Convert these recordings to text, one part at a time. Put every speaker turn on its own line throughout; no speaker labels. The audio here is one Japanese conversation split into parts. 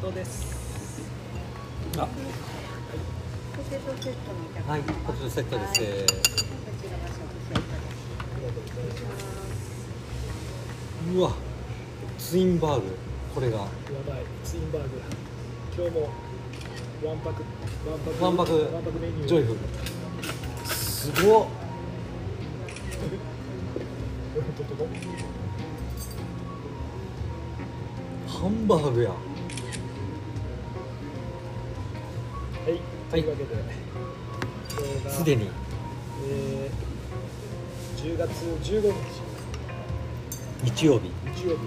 トです
あ、
ポテトセットもいただきます
はい、ポテトセットです。
はい
え
こちらが食セットです。
ーうわ、ツインバーグ、これが。
やばいツインバーグ今日もワンパクワンパク
わんぱく
ワンパクメニュー
ジョイフル。すごっ。
どこどこ
ハンバーグや。
はい、というわけで今日が
すでに。
えー、10月15日
日曜日。
日曜日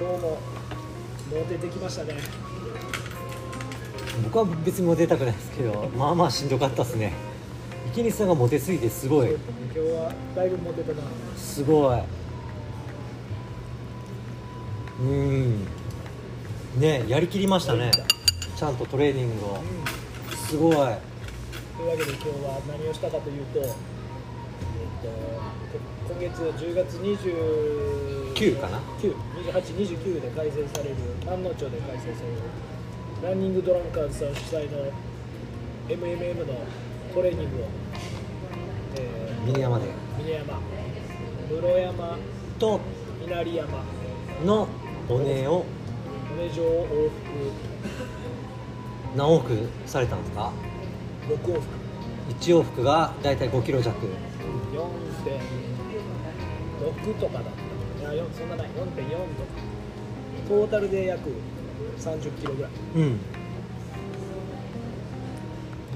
今日もモテてきましたね
僕は別にモテたくないですけど、まあまあしんどかったですね。池西さんがモテすぎてすごい。
今日はだいぶモテたな
すごい。うん。ね、やりきりましたね。ちゃんとトレーニングを
う。ん
すごい。
というわけで今日は何をしたかというと,、えっとこ今月10月29
9かな
2829で開催される万能町で開催されるランニングドランカーズさん主催の MMM のトレーニングを、え
ミニ山で。
ー、峰山室山
と。
稲荷山
のおねを
米城往復
何往復されたんですか
6往復
1往復がだいたい5キロ弱
4.6とかだったいやよそんなない4.4とかトータルで約30キロぐらい
うん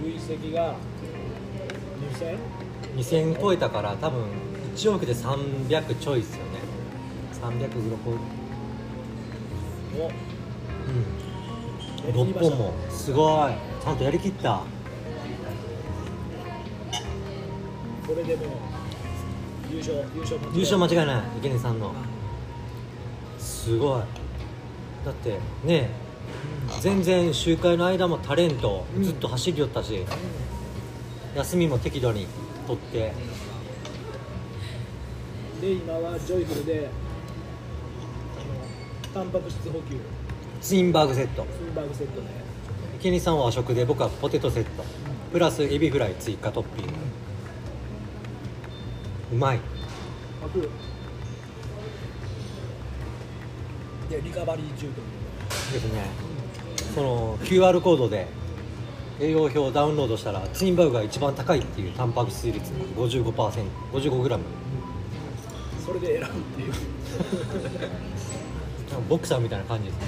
累積が2000
2000超えたから多分1往復で300ちょいっすよね300グロコ
を
うん6本もすごいちゃんとやりきった
これでもう優勝優勝間違い
優勝間違いない池根さんのすごいだってね全然集会の間もタレント
うん
ずっと走りよったし、休みも適度に取って
うんで今はジョイフルであのタンパク質補給
ツインバーグセット
スンバーグセットで
池西さんは和食で僕はポテトセットプラスエビフライ追加トッピングうまい
パクでリカバリー中という
ですねその QR コードで栄養表をダウンロードしたらツインバーグが一番高いっていうタンパク質率が 55%55g
それで選ぶっていう
ボクサーみたいな感じですね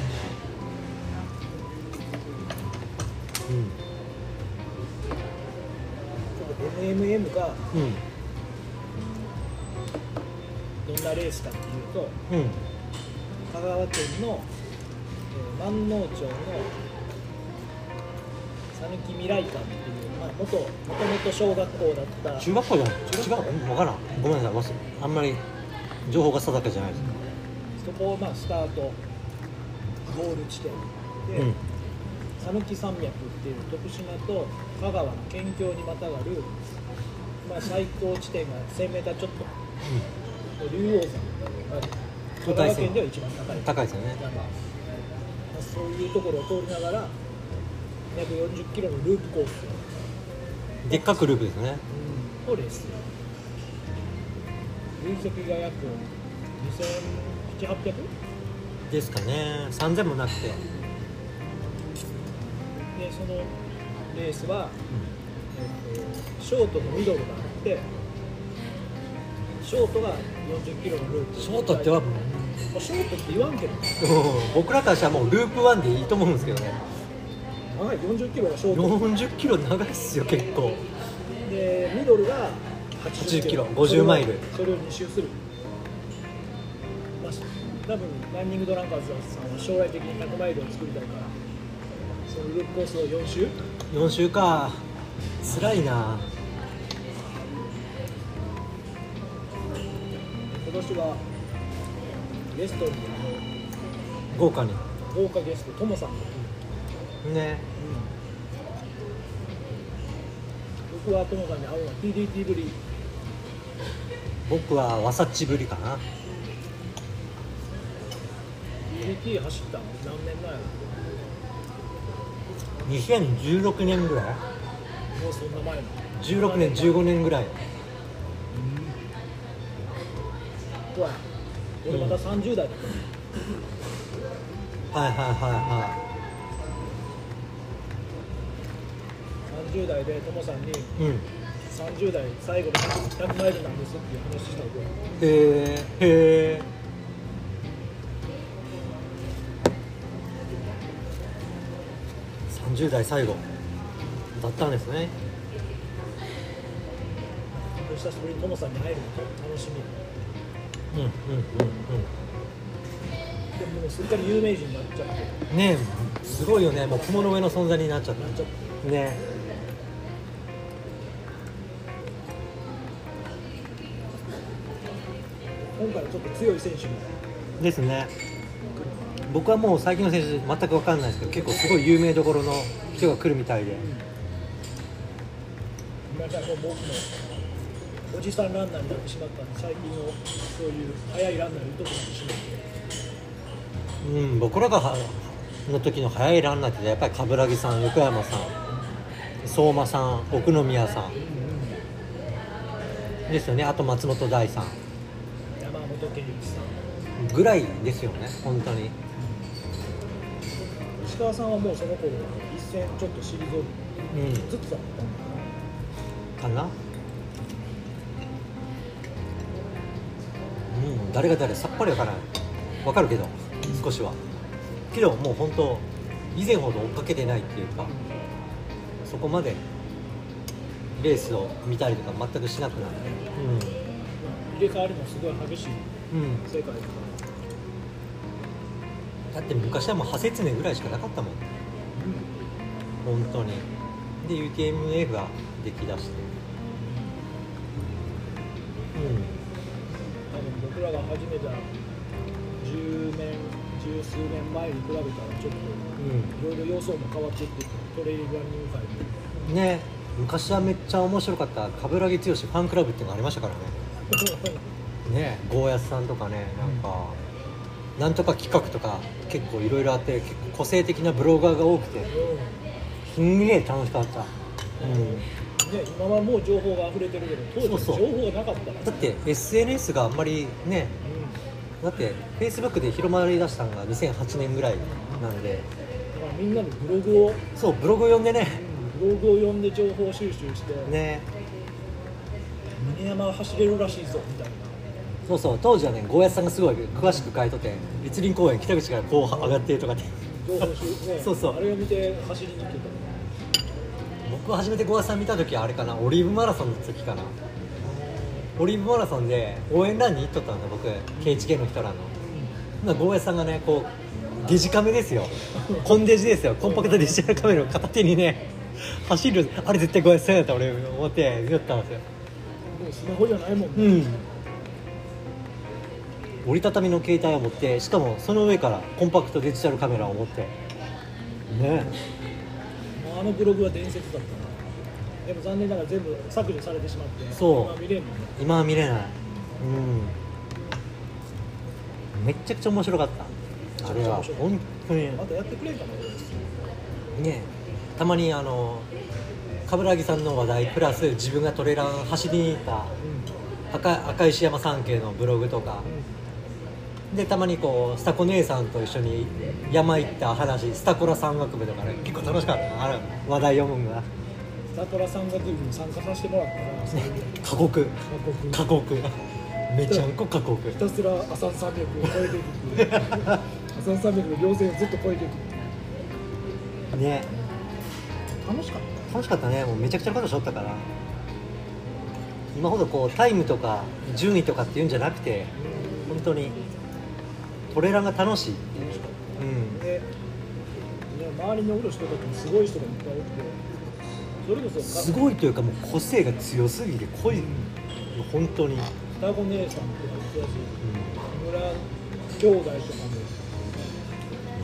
ちょっと MMM が
うん
どんなレースかっていうと
うんうん
香川県の、えー万能町の讃岐未来館っていう、まあ、元もともと小学校だった
中学校じゃない違ううん分からんごめんなさい忘れあんまり情報が定かじゃないです
そこをまあスタートゴール地点で
うん
讃岐、山脈っていう徳島と香川の県境にまたがる、まあ、最高地点が 1000m ちょっと竜王山が香川県では一番高い
うん高いですよね
なんかまあそういうところを通りながら約40キロのループコース
でっかくループですね
をレースする累積が約2700800
ですかね3000もなくて、
でそのレースは、えっとショートとミドルがあってショートが40キロのループ
ショートっては
もうショートって言わんけど
僕らからしたらもうループ1でいいと思うんですけどね
長い40キロがショート
40キロ長いっすよ結構
でミドルが80
80
キ
キ
ロ
ロ50マイル
それを2周する、まあ、多分ランニングドランカーズさんは将来的に100マイルを作りたいからそのループコースを4周
4週か辛いな
今年はゲストに
豪華に
あの豪華ゲストトモさん、
ね
僕はトモさんに会うのは TDT ぶり
僕はわさっちぶりかな
TDT GT 走ったの何年前なの
2016年ぐらい
もうそんな前な
16
の
年15年ぐらい
怖い俺まだ30代だったの
はいはいは
30代でトモさんに
いはいうん
30代最後の100マイルなんですっていう話した覚え
へえへえ30代最後だったんですね
久しぶりにトモさんに会えるの楽しみ
うん
で
うん
ももうすっかり有名人になっちゃって
うんうんねえすごいよねもう雲の上の存在になっちゃっ
なっちゃって
たね
今回はちょっと強い選手も
ですね僕はもう最近の選手全く分かんないですけど結構すごい有名どころの人が来るみたいで
なんかもう僕のおじさんランナーになってしまったんで最近のそういう速いランナーに疎くなってしまって
うん僕らがはの時の速いランナーってやっぱり冠城さん横山さん相馬さん奥宮さんですよねあと松本大さん
山本健一さん
ぐらいですよね本当に
石川さんはもうその頃一戦ちょっと退く
う
ずっとだったんだ
んかなうん誰が誰さっぱりわからないわかるけど少しはけどもう本当以前ほど追っかけてないっていうかそこまでレースを見たりとか全くしなくなって
入れ替わりもすごい激しい
うん、うん、
世界だか
だって昔はもう派切年ぐらいしかなかったもん本当にで UTMF ができだしてう
ら多分僕らが始めた10年十数年前に比べたらちょっと
んうん
いろいろ様相も変わっていってトレイルランニング界も
ね昔はめっちゃ面白かった冠城剛ファンクラブっていうのがありましたからねねゴーヤスさんとかねなんか、なんとか企画とか結構いろいろあって結構個性的なブロガーが多くてすんげえ楽しかった、うん、
ね、今はもう情報が溢れてるけど当時は
そ
情
うそう
報がなかったから
だって SNS があんまりね
うん
だって Facebook で広まりだしたのが2008年ぐらいなんで
だからみんなのブログを
そうブログ読んでね
ブログを読んで情報収集して、
ね
峰山は走れるらしいぞみたいな
そうそう当時はねゴーヤスさんがすごい詳しく書いとって立林公園北口からこう上がってとかって
情報収ね
そうそう
あれを見て走りに来て
僕初めてゴアさん見た時はあれかなオリーブマラソンの時かなオリーブマラソンで応援ランに行っとったんだ僕 KHK の人らのなゴーヤさんがねこうデジカメですよコンデジですよコンパクトデジタルカメラを片手にね走るあれ絶対ゴーヤさんやった俺思って見よったんですよ
たもうスマホじゃないもんね、
うん折りたたみの携帯を持ってしかもその上からコンパクトデジタルカメラを持ってね
もうあのブログは伝説だったなでも残念ながら全部削除されてしまって
そう
今見れんのね
今は見れないうんめっちゃくちゃ面白かったあれは
めちゃくちゃ面白い
本当に
またやってくれんかなこれ
ねたまにあの冠城さんの話題プラス自分がトレーラー走りに行った赤赤石山山系のブログとかでたまにこうスタコ姉さんと一緒に山行った話スタコラ山岳部とかね結構楽しかったなあれ話題読むんが
スタトラ山岳部に参加させてもらったらそういう
過酷過
過酷
酷めちゃんこ過酷
ひたすらアサン山脈を越えていくアサン山脈の稜線をずっと越えていく
ね
楽しかった
楽しかったねもうめちゃくちゃなことしとったから今ほどこうタイムとか順位とかっていうんじゃなくて本当にトレランが楽しいっていううん
で、ね、周りにおる人たちもすごい人がいっぱいおってそれこそ
すごいというかもう個性が強すぎて濃い本当に、うん、
双子姉さんとかもそうだし村兄弟とかも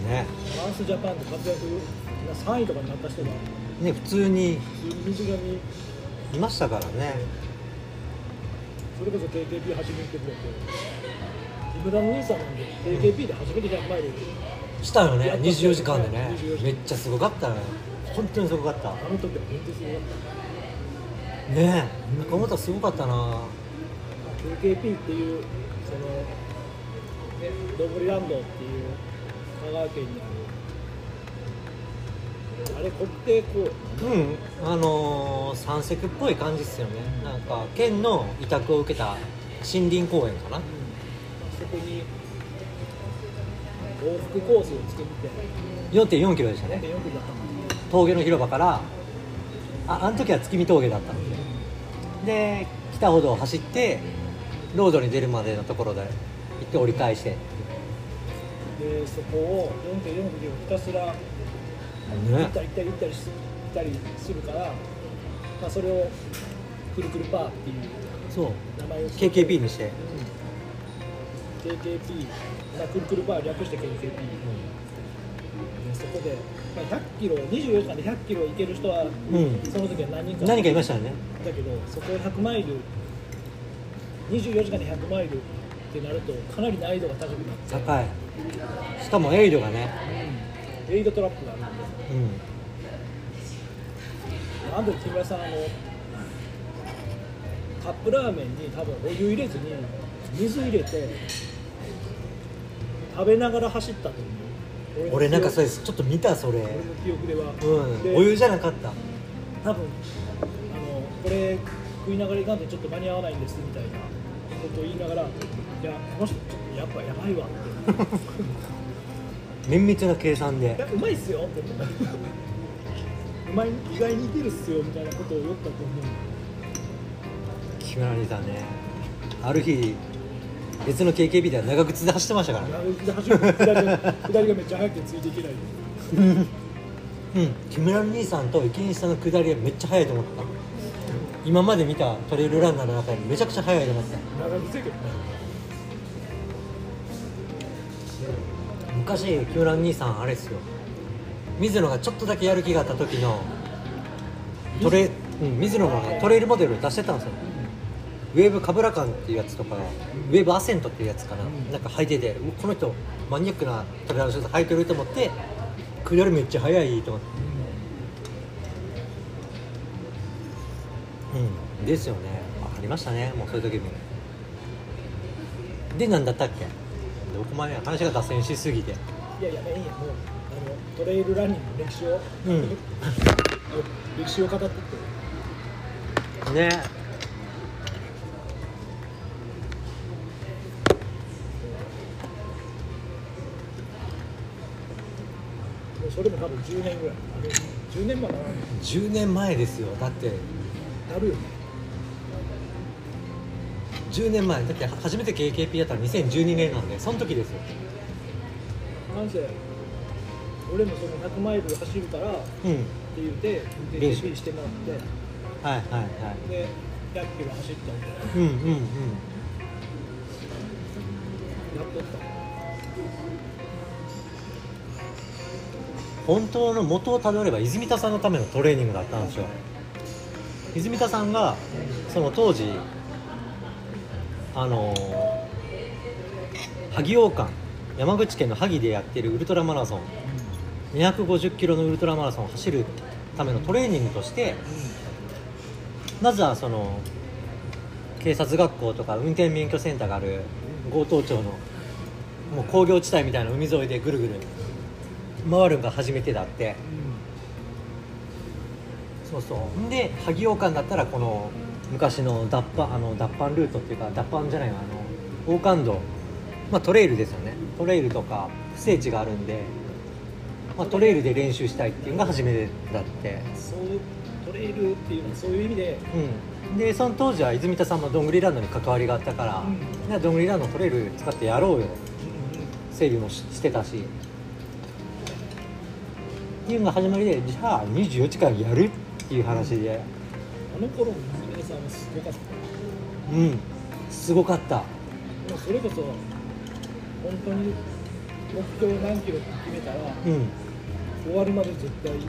ね
フランスジャパンで活躍3位とかになった人が
ね普通に
普通に水上
いましたからね
それこそ KKP 走りに行ってくれてリブラの兄さんなんで AKP で初めて100マイル
したよね24時間でね
24時間
めっちゃすごかったね本当にすごかった
あの時は本当にすごかった
ねえ中本すごかったな
KKP っていうその、ね、ドブリランドっていう香川県にあるあれ国定公園
うんあのー、山石っぽい感じっすよねなんか県の委託を受けた森林公園かな
そこに往復コースを作って
4.4キロでしたね
4.4キロだったので
峠の広場からああの時は月見峠だったんでで北ほどを走ってロードに出るまでのところで行って折り返して
でそこを4.4キロひたすら行
ね
ったり行ったり行ったりし行ったりするから、まあ、それをくるくるパーっていう
そう
名前をつけて
KKP にして、
KKP、まあ、くるくるバー略して KKP、でそこで、まあ、100キロ24時間で100キロ行ける人は
うん
その時は何人か
何かいま
し
したよね
ただけどそこで100マイル24時間で100マイルってなるとかなり難易度が高くなって
高いしかもエイドがね
エイドトラップがあるんで
う
あの時木村さんあのカップラーメンに多分お湯入れずに水入れて食べながら走ったと思うん
俺なんかそれ
です
ちょっと見たそれ
俺の記憶では、
うん
で
お湯じゃなかった
多分あのこれ食いながらいかんとちょっと間に合わないんですみたいなことを言いながらいやこの人ちょっとやっぱやばいわって
綿密な計算
いや
で
うまいっすよって思ったうまい意外にいけるっすよみたいなことを言ったと思う
木村兄さんねある日別の KKB では長靴で走ってましたからね
走る下りが下りがめっちゃ速くてついていけない
うん、木村兄さんと池西さんの下りはめっちゃ速いと思った今まで見たトレイルランナーの中でめちゃくちゃ速いと思って
長くせえけどね
た昔木村兄さんあれですよ水野がちょっとだけやる気があった時のトレ、うん、水野がトレイルモデルを出してたんですよウェーブカブラカンっていうやつとかウェーブアセントっていうやつかな、
ん
なんか履いててうわこの人マニアックなトレイルランナーの人履いてると思って下りめっちゃ速いと思ってうん、ですよねありましたねもうそういう時もで何だったっけどこまで話が脱線しすぎて
いやいやいいやもうあのトレイルランニングの歴史を、
うん
歴史を語ってって
ね
もうそれも多分10年ぐらいあれ10年前か
10年前ですよだって
ななるよね
10年前だって初めて KKP やったの2012年なんでその時ですよ
なんせ俺もその100マイル走るからって
うん
言って
練
で
習
DP してもらっ
はいはいはい
てで100キロ走ったん
う
で
んうんうん
やっとった
本当の元をたどれば泉田さんのためのトレーニングだったんですよ泉田さんがその当時あの萩王冠山口県の萩でやってるウルトラマラソン250キロのウルトラマラソンを走るためのトレーニングとしてまずはその警察学校とか運転免許センターがある強盗町のもう工業地帯みたいな海沿いでぐるぐる回るのが初めてだってそうそうんで萩王冠だったらこの昔の脱藩あの脱藩ルートっていうか脱藩じゃないわあの王冠道、まあ、トレイルですよねトレイルとか不整地があるんで、まあ、トレイルで練習したいっていうのが初めてだって
そうトレイルっていうのはそういう意味で
うん、でその当時は泉田さんもどんぐりランドに関わりがあったから、
うん
でどんぐりランドのトレイル使ってやろうよ整備もししてたしっていうのが始まりでじゃあ24時間やるっていう話で
あの頃の水谷さんはすごかった
うん、すごかった
もうそれこそ本当に目標何キロって決めたら
う
終わるまで絶対
ん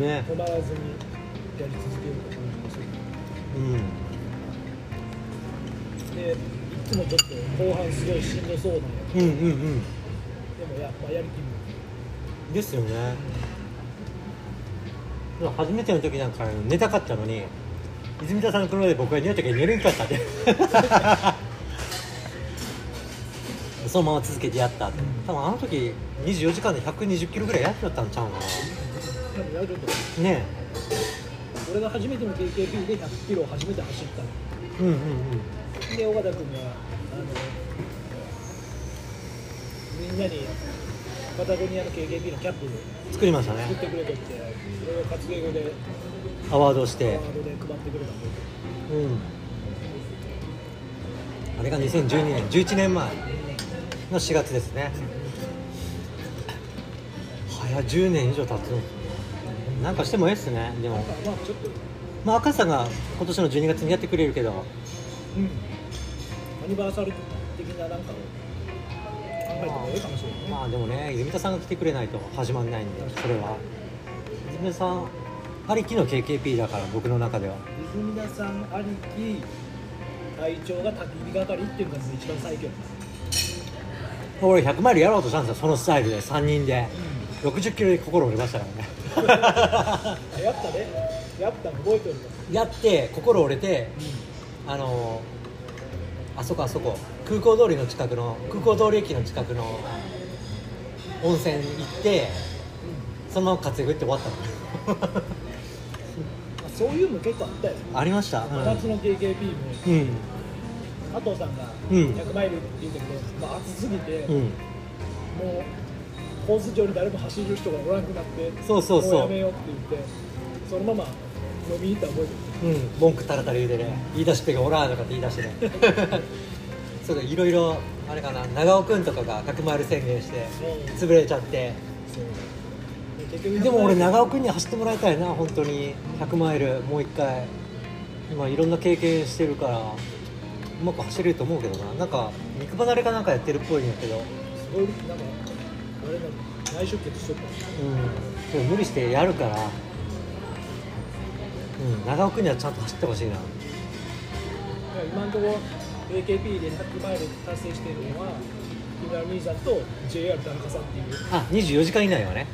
ね
止まらずにやり続けるって感じがす
うん
るでいつつもちょっと後半すごいしんどそうなんや
うんうん
けどでもやっぱやる気も
うんですよね初めての時なんか寝たかったのに泉田さんの車で僕が寝る時に寝れんかったって そのまま続けてやったって多分あの時24時間で120キロぐらいやってたんちゃうか
多分やると思
なね
う俺が初めての KKP で100キロを初めて走ったの
えうんうん
で尾形君があのみんなにパタゴニアの KKP のキャップを
うん作りました
作っ
ね
てくれとってそれを活芸語で
アワードをし
カワ
て
ードで配ってくれたんで
うんあれが2012年11年前の4月ですね早10年以上経つんですねなんかしてもええっすねでも、
まあちょっとう
まあ、赤さんが今年の12月にやってくれるけど
んアニバーサル的ななんかを考えてもいいかもしれないね、
まあでもね泉田さんが来てくれないと始まんないんでそれは泉田さんありきの KKP だから僕の中では
泉田さんありき隊長が焚き火係っていうのが一番最強です、
俺100マイルやろうとしたんですよそのスタイルで3人で60キロで心折れましたからね
やったねやったの覚えてるの
やって心折れてあのーあそこあそこ空港通りの近くの空港通り駅の近くの温泉行ってそのまま活躍って終わったの
まあそういうの結構あったよね
ありました
真夏の KKP も
うん
加藤さんが
うん
100マイルって言うけど、まあ、暑すぎて、
う
も
ん
うコース上に誰も走る人がおらんくなって
そうそうそう
もうやめようって言ってそのまま飲みに行った覚え
う
て
ん文句たらたら言うてね言い出しっぺがおらんとかって言い出して ねそうだいろいろあれかな長尾くんとかが100マイル宣言して
うん
潰れちゃって
る結局
でも俺
100マイル
長尾君に走ってもらいたいな本当に100マイルもう一回今いろんな経験してるからうまく走れると思うけどななんか肉離れかなんかやってるっぽいんやけど、うん、
すごいなんかあれだ内出血しとった
そう無理してやるから、うん、長尾君にはちゃんと走ってほしいな
だから今のところ AKP で100マイル達成してるのは木村兄さんと JR 田中さんっていう
あ24時間以内はね、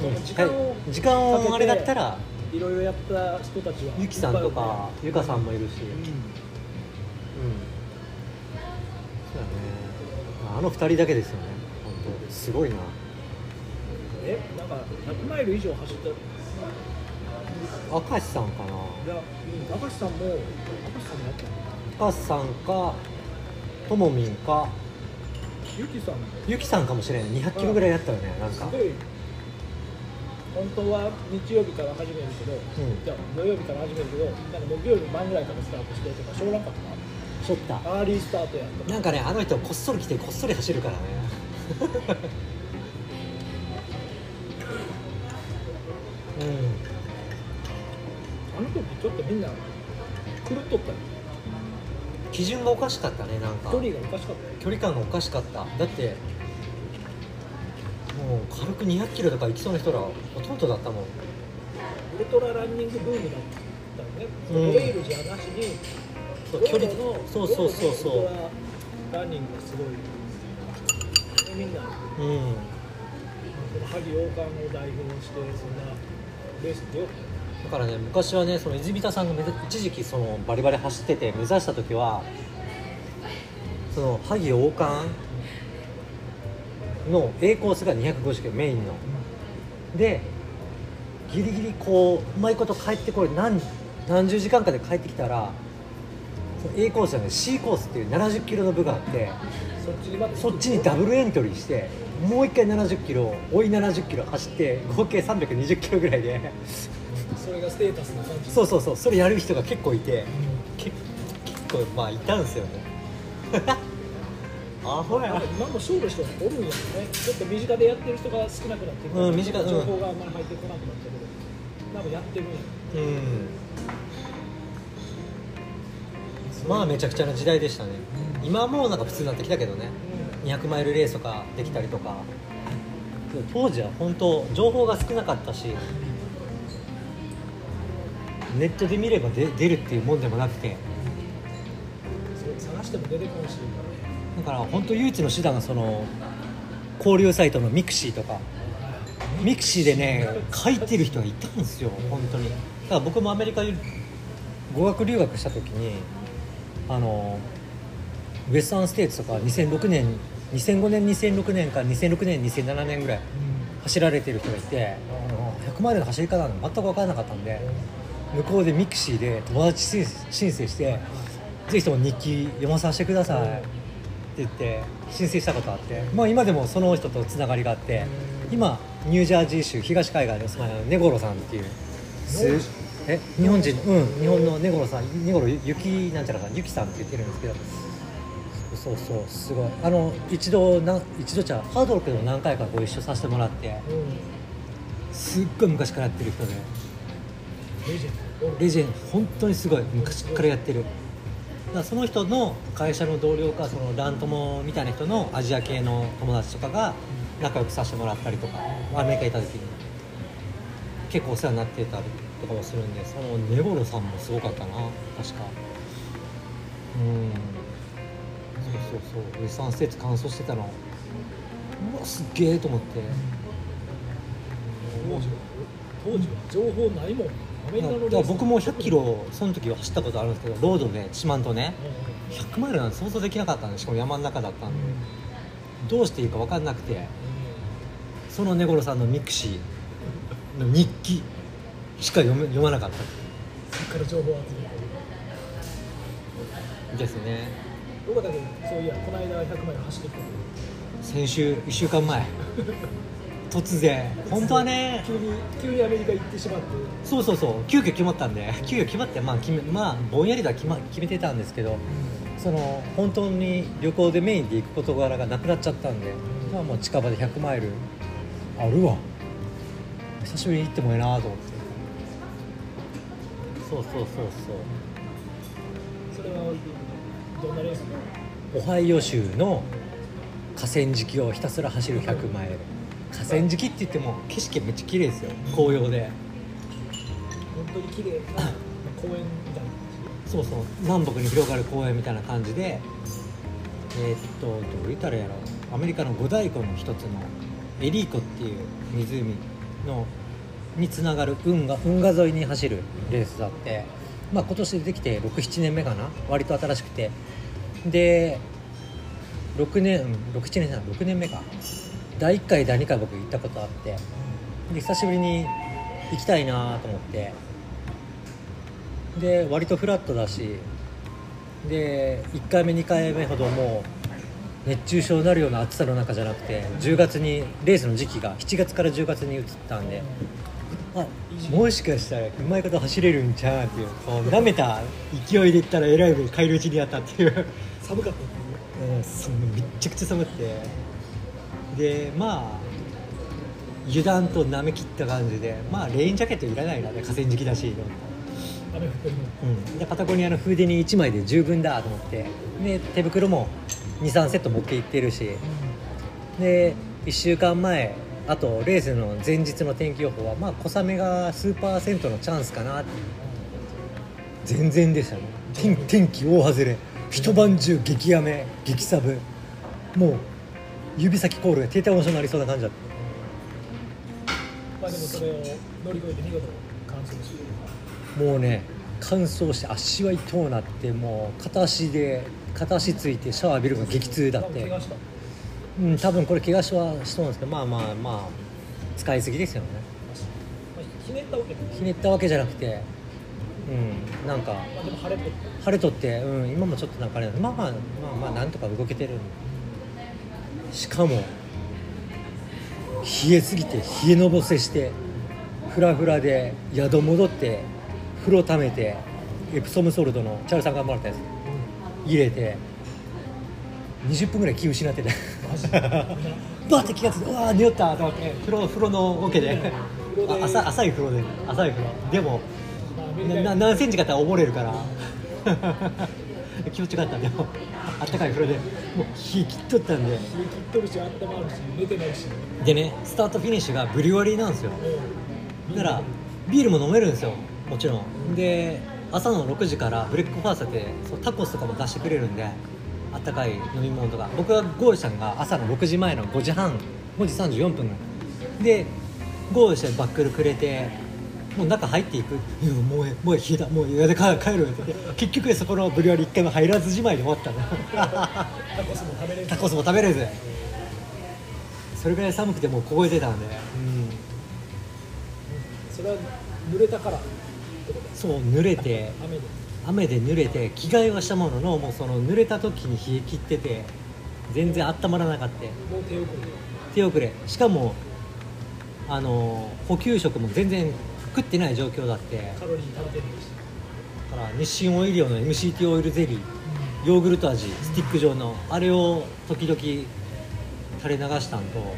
そう
うん
時間を
はい時間をあれだったら
いろいろやった人たちは
ゆきさんとかゆかさんもいるし、
う
うん
ん、
そうだねあの2人だけですよね本当すごいな
えなんか100マイル以上走った
明石さんかない
や、うん、明石さんも明石さんもやった
明石さんかともみんか
ゆきさんも
ゆきさんかもしれん2 0 0キロぐらいやったよねなん
す
か
ごい本当は日曜日から始めるけど、
ん
じゃあ土曜日から始めるけどなんか木曜日の晩ぐらいからスタートしてとかしょうがなかっ
しょった
たアーリースタートやった
なんかねあの人こっそり来てこっそり走るからね
あの時ちょっとみんな狂っとったよ
うん基準がおかしかったねなんか
距離がおかしかったよ
距離感がおかしかっただってもう軽く2 0 0キロとか行きそうな人らほとんどだったもん
ウルトラランニングブームだったよね、その
うん
レールじゃなしに
そう距離
道路の
そうそうそうそう
道路のウルトラランニングがすごいでみんな
うん
その萩王冠を代表してそんなレースでよ
だからね昔はねその泉田さんが目指一時期そのバリバリ走ってて目指した時はその萩王冠の A コースが250キロメインのでギリギリこううまいこと帰ってこれ何何十時間かで帰ってきたらその A コースじゃない C コースっていう70キロの部があって
そっちにまで
そっちにダブルエントリーしてもう一回70キロ追い70キロ走って合計320キロぐらいで
それがステータスな感じ
そうそうそうそれやる人が結構いてけ結構まあいたんですよね アホ
なん
や
か今も勝負してる人おるんやろねちょっと身近でやってる人が少なくなってきて
うん身近うん
情報があんまり入ってこなくなったけど多分やってるんや
うんまあめちゃくちゃな時代でしたね今はもうなんか普通になってきたけどね200マイルレースとかできたりとか当時は本当情報が少なかったしネットで見ればで出るっていうもんでもなくて
探しても出てこないし
だから本当唯一の手段がその交流サイトのミクシーとかミクシーでね書いてる人がいたんですよ本当にだから僕もアメリカに語学留学した時にあのウェスタンステーツとか2006年2005年2006年か2006年2007年ぐらい走られてる人がいてあの100マイルの走り方なんて全く分からなかったんで向こうでミクシーで友達申請申請してぜひとも日記読まさせてくださいって言って申請したことあって、まあ、今でもその人とつながりがあって今ニュージャージー州東海岸にお住まいの根ロさんっていう
す
え日本人うん日本の根ロさん根ロゆきなんちゃらさんゆきさんって言ってるんですけどそうそうすごいあの一度な一度じゃハードロックでも何回かご一緒させてもらって
うん
すっごい昔からやってる人で
レジェンドおる
レジェン本当にすごい昔からやってるだからその人の会社の同僚かそのラン友みたいな人のアジア系の友達とかが仲良くさせてもらったりとかアメリカ行った時に結構お世話になってたりとかもするんでそのネボロさんもすごかったな確かうんそうそうそうウェスタンステーツ乾燥してたのうわすっげえと思って
当時は当時は情報ないもんアメリカのレース
だから僕も1 0 0キロその時は走ったことあるんですけどロードで四万とね
う
100マイルなんて想像できなかったんでしかも山の中だったん
ん
でどうしていいか分かんなくてその根頃さんのミクシーの日記しか読め読まなかっ
そっから情報を集めて
たですね
よかったけどそういやこの間100マイル走ってきたけ
先週1週間前突然
ど
本当はね
急に急にアメリカ行ってしまって
そうそうそう急遽決まったんで急遽決まってまあ決めまあぼんやりとは決,、ま、決めてたんですけどその本当に旅行でメインで行く事柄がなくなっちゃったんで、まあ、もう近場で100マイルあるわ久しぶりに行ってもええなと思ってそうそうそう
それはどんなレース
そうオハイオ州の河川敷をひたすら走る100マイル河川敷って言っても景色めっちゃ綺麗ですよ紅葉で
本当に綺麗な公園みたいな
そうそう南北に広がる公園みたいな感じでえーっとどう言ったらいいやろアメリカの五大湖の一つのエリー湖っていう湖のにつながる運河運河沿いに走るレースだって、まあ、今年できて67年目かな割と新しくてで6年67年じゃない6年目か第1回第2回僕行ったことあってで久しぶりに行きたいなと思ってで割とフラットだしで1回目2回目ほどもう熱中症になるような暑さの中じゃなくて10月にレースの時期が7月から10月に移ったんであもしかしたらうまいこと走れるんちゃうっていうこう舐めた勢いでいったらえらい目に帰るうちにやったっていう。
寒かったね
うんすめっちゃくちゃ寒くてでまあ油断と舐め切った感じでまあレインジャケットいらないなって河川敷だしと思っ
雨降ってるの
て、うん、でパタゴニアのフーデニー1枚で十分だと思ってで手袋も23セット持って行ってるしで1週間前あとレースの前日の天気予報はまあ小雨が数パーセントのチャンスかなって全然でしたね天天気大外れ一晩中激雨激サブもう指先コールが低体温症になりそうな感じだっ
まあでもそれを乗り越えて見事完走して
たもうね乾燥して足は痛うなってもう片足で片足ついてシャワー浴びるのが激痛だっ
怪
て
我した
うん多分これ怪我しはしそうなんですけどまあまあまあ使いすぎですよね
まあひねったわけでも
ひねったわけじゃなくてうんなんか
まあでも晴れっぽい
晴れとって、うん、今もちょっとなんかあれなんでまあまあまあまあなんとか動けてるんしかも冷えすぎて冷えのぼせしてフラフラで宿戻って風呂ためてエプソムソルトのチャールさんがもらったやつ入れて20分ぐらい気失っててバーって気がついてうわー寝よったと思って風呂風呂の桶で
風呂で
あ浅浅い風呂で浅い風呂でも
まあアメリカ
なな何センチかあったら溺れるから 気持ちよかったでもあったかい風呂でもう火切っとったんで
冷え切っとるし温まるし寝てないし
でねスタートフィニッシュがブリュワリーなんですよだからビールも飲めるんですよもちろんで朝の6時からブレックファーストでそうタコスとかも出してくれるんであったかい飲み物とか僕はゴーイさんが朝の6時前の5時半5時34分でゴーイしてバックルくれてもう中入っていく「いやもうええもうええ冷えたもうええで帰帰る」って結局そこのブリュワリー一回も入らずじまいで終わったな
タコスも食べれる
タコスも食べれずそれぐらい寒くてもう凍えてたんで、
それは濡れたからってこと
そう濡れて
雨で
雨で濡れて着替えはしたもののもうその濡れた時に冷え切ってて全然温まらなかった
もう手遅れ
手遅れしかもあの補給食も全然食ってない状況だってだ
カロリー溜まってるし、
から日清オイリオの MCT オイルゼリーヨーグルト味スティック状のあれを時々垂れ流したんと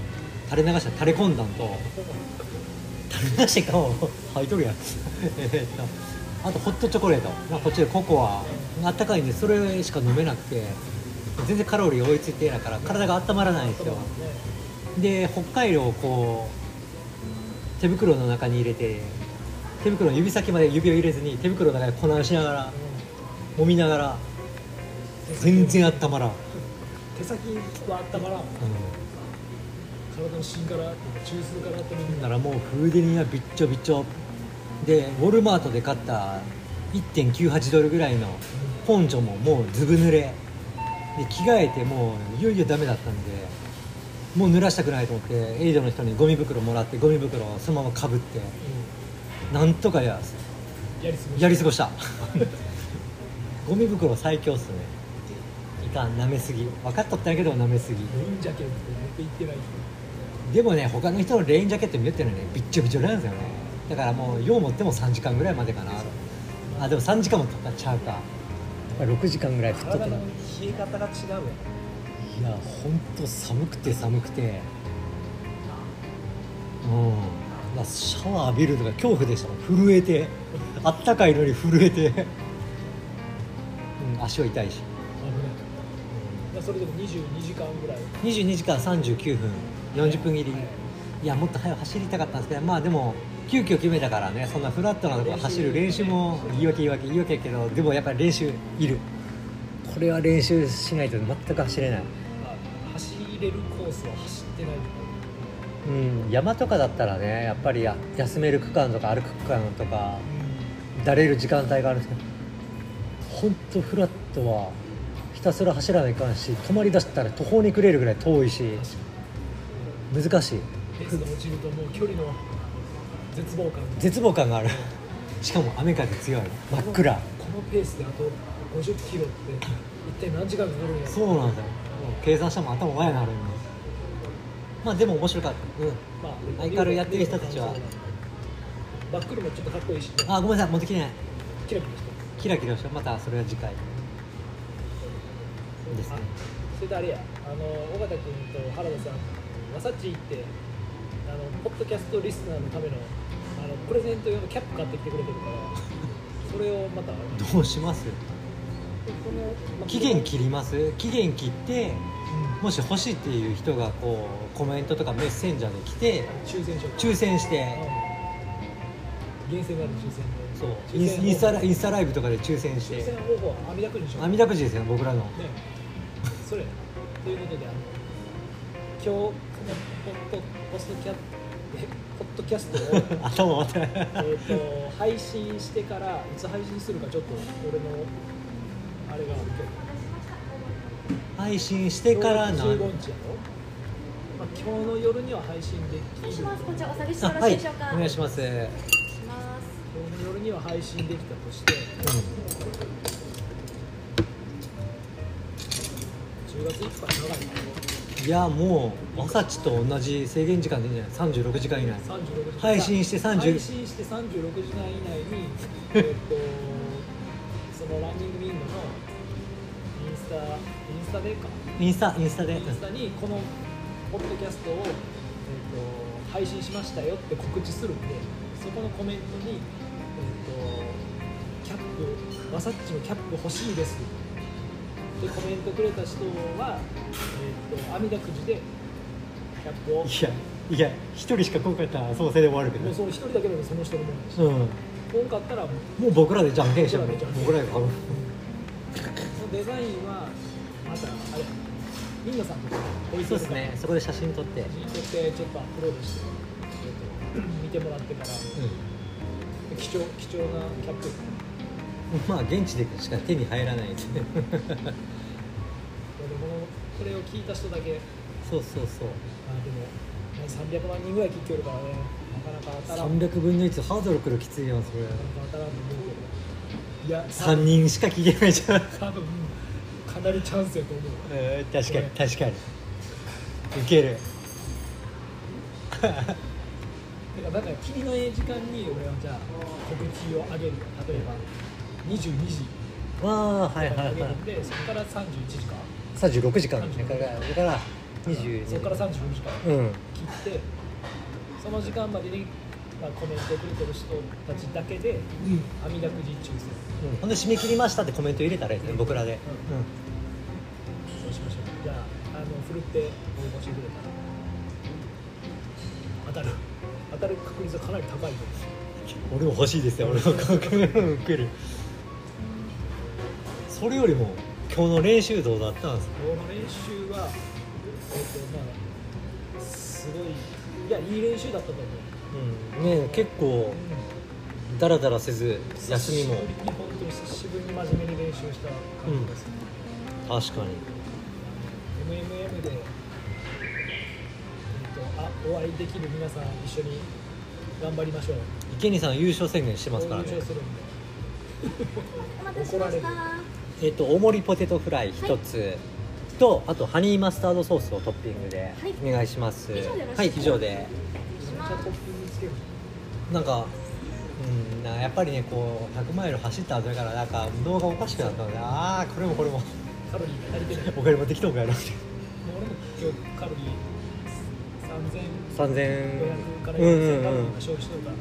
垂れ流した垂れ込んだんと垂れ流してかも吐いとるやん えっとあとホットチョコレートまあこっちでココアあったかいんでそれしか飲めなくて全然カロリー追いついてないから体が温まらないんですよで北海道をこう手袋の中に入れて手袋の指先まで指を入れずに手袋の中でこなしながら揉みながら全然温まらん、
手先は温まらん体の芯から中枢から温め
うん、
る
ならもうフーデニーはびっちょびちょでウォルマートで買った1.98ドルぐらいのポンチョももうずぶ濡れで着替えてもういよいよダメだったんでもう濡らしたくないと思ってエイドの人にゴミ袋もらってゴミ袋をそのままかぶってなんとかや
やりすぎ
やり過ごしたゴミ袋最強っすねいかん舐めすぎ分かっとったんやけど舐めすぎ
レインジャケット持って行ってない人
でもね他の人のレインジャケット見てるのねびっちょびちょなんですよねだからもう用持っても3時間ぐらいまでかなあでも3時間もとかちゃうか6時間ぐらい太っとっ
体
た
の
ない
冷え方が違うわ
やほんと寒くて寒くてうんまあシャワー浴びるとか恐怖でしたもん震えてあったかいのに震えて、うん、足は痛いし
危ないまあそれでも22時間ぐらい
22時間39分40分切り、い、やもっと早く走りたかったんですけどまあでも急遽決めたからねそんなフラットなとこ走る練習も言い訳言い訳言い訳やけどでもやっぱり練習いるこれは練習しないと全く走れない
まあ走れるコースは走ってない
うん山とかだったらねやっぱりや休める区間とか歩く区間とかだれる時間帯があるんですけど本当フラットはひたすら走らないかんし止まりだしたら途方に暮れるぐらい遠いし
確か
難しい
にペースが落ちるともう距離の絶望感
絶望感があるしかも雨風強い真っ暗
このペースであと50キロって一体何時間かかるんやろ
そうなんだよもう計算しても頭がやなる今まあでも面白かったうん
まあ
相変わらずやってる人たちは
バックルもちょっとかっこいいし
あごめんなさい持ってきてない
キラキラして
キラキラしてまたそれは次回ですね
あそれとあれやあの尾形君と原田さんマサッチ行ってあのポッドキャストリスナーのためのあのプレゼント用のキャップ買ってきてくれてるからそれをまたこ
どうします
の、まあ
期限切ります期限切って
うん
もし欲しいっていう人がこうコメントとかメッセンジャーで来て
抽選賞
抽選して
厳正なる抽選で
そうイ
抽
ン
選
スインスタラインスタライブとかで抽選し
抽
て
選方法は網だくじでしょ
網だくじですよ僕らの
ねそれということであの今日このポッドポストキャえポッドキャストを
頭待ってない
えーと配信してからいつ配信するかちょっと俺のあれがある
配信し
け
て
ど
からな
15日やろ、まあ、今日の夜には配信でき
失礼
る
します。こちらお下げして
あ
よろ
は
しい
い
でしょうか。
お願いします、うん、
します。
今日の夜には配信できたとして10月いっぱい長い
いやもう朝ちと同じ制限時間でいいんじゃない36時間以内
36時
配信して30
配信して36時間以内にえっと そのランニングウィンドのインスタインスタでか
インスタインスタで
インスタにこのポッドキャストを、えっと配信しましたよって告知するんでそこのコメントに、えっとキャップわさっちのキャップ欲しいですでコメントくれた人は、えっと網だくじでキャップを
いやいや一人しか今回やったら創生で終わるけ
もう
ど
その一人だけでもその人のものだし
うん
多かったらもう
もう僕らでじゃんけんしても
僕らでじゃんけん
僕らが買う
そのデザインはまたあれリンゴさんとおい
そうですねそこで写真撮って、
そしてちょっとアップロードして見てもらってから貴重貴重なキャップ
まあ現地でしか手に入ら ないですね
でもこのこれを聞いた人だけ
そうそうそう
あでもね300万人ぐらい聞いてるからねなかなか当たらんなか
300分の1ハードルくるきついよそれ
なか当たらんと思うけどいや
3人しか聞けないじゃん
多分かなりチャンスやと思う
うん確かに確かにウケる
てかだから霧のええ時間に俺はじゃあ告知を上げる例えば22時
わあは
上
いはいはい
げるんでそこから31時か
36時間だからだから20
そこから34時か
うん
切ってその時間までに、まあ、コメントをくれてる人たちだけで網だくじ抽選
うんほんで締め切りましたってコメント入れたらいいですね僕らで、
そうしましょうじゃああのふるって応募してくれたら当たる当たる確率はかなり高いと思
うん俺も欲しいですよ俺もうんウケるそれよりも今日の練習どうだったんですか
うこの練習はえっとまあすごいいやいい練習だったと思う、
うんねえ結構ダラダラせず休みも
久しぶりに本当に久しぶりに真面目に練習した感じです、
確かに
MMM で、えっと、あお会いできる皆さん一緒に頑張りましょう
池にさん優勝宣言してますから
応
ね
援するんで
お待たせしました
えっと大盛りポテトフライ一つ、とあとハニーマスタードソースをトッピングで
はい
お願いします、
以上でよろしい
はい以上で
めっちゃトッピングつける
なんかうんなやっぱりねこう100マイル走った後だからなんか動画おかしくなったのでああこれもこれも
カロリーが足りてないもう
お金持ってきたお金なくて
俺も今日カロリー3500
3000
から
うんう
4000
ん
カロ
う
リー
ん
が消費してるから、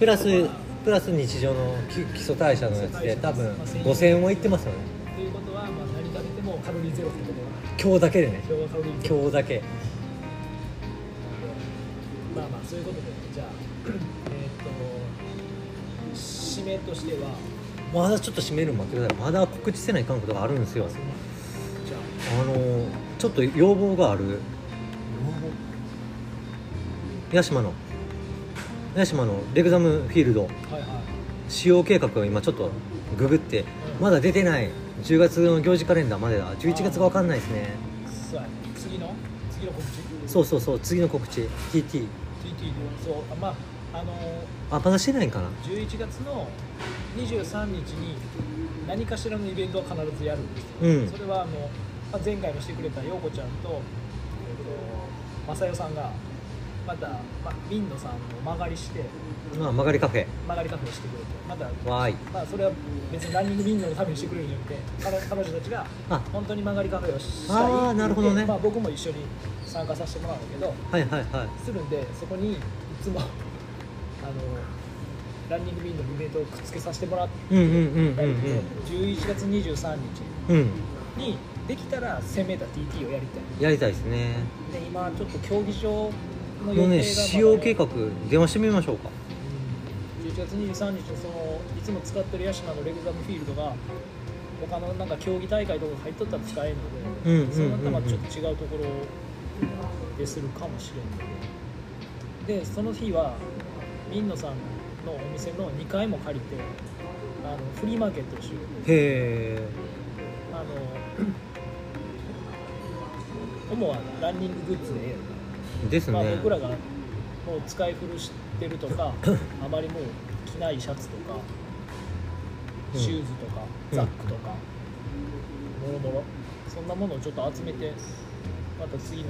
プラスプラス日常の基基礎代謝のやつで多分5000はいってますよね
ということは、まあ、何食べてもカロリーゼロってことはない
今日だけでね
今日はカロリーゼロ
今日だけ
まあまあそういうことでじゃあえっと締めとしては
まだちょっと締めるの待ってくださいまだ告知せないかんことがあるんですよ
じゃあ
あのちょっと要望がある屋島の屋島のレグザムフィールド
はいはい
使用計画を今ちょっとググって
うん
まだ出てない10月の行事カレンダーまでだ11月が分かんないですね
そうやね次の次の告知
そうそうそう次の告知 TT
TT のそうあまああの
あまだしてないんかな
11月の23日に何かしらのイベントを必ずやるんですよ、
うん
それはあの、まあ、前回もしてくれた陽子ちゃんと,、えっと正代さんがまた、まあ、ミンドさんの曲がりして
まあ曲がりカフェ
曲がりカフェしてくれてまた
わーい
まあ、それは別にランニングミンドのためにしてくれるんじゃなくて彼彼女たちが
あ
本当に曲がりカフェをしたい
あーなるほどね
でまあ、僕も一緒に参加させてもらうんだけど
はいはいはい
するんでそこにいつも あのランニングミンドのイベントをくっつけさせてもらっ
うんうんうん
たりで、11月23日
うんうん
にできたら攻めた TT をやりたい
やりたいですね
で今ちょっと競技場
も
の予定が
う
ま
ね
だ
使用計画電話してみましょうか
11月23日のそのいつも使ってる屋島のレグザムフィールドが他のなんか競技大会とか入っとったら使えるので、
うんうんうんうん
そうなったらまあちょっと違うところでするかもしれんのででその日はミンノさんのお店の2階も借りてあのフリーマーケットをしよう
へ
あの主はランニンググッズでええよね
えですね、
まあ、僕らがもう使い古してる とかあまりもう着ないシャツとか
うん
シューズとか、
うん
ザックとかもろもろそんなものをちょっと集めてまた次の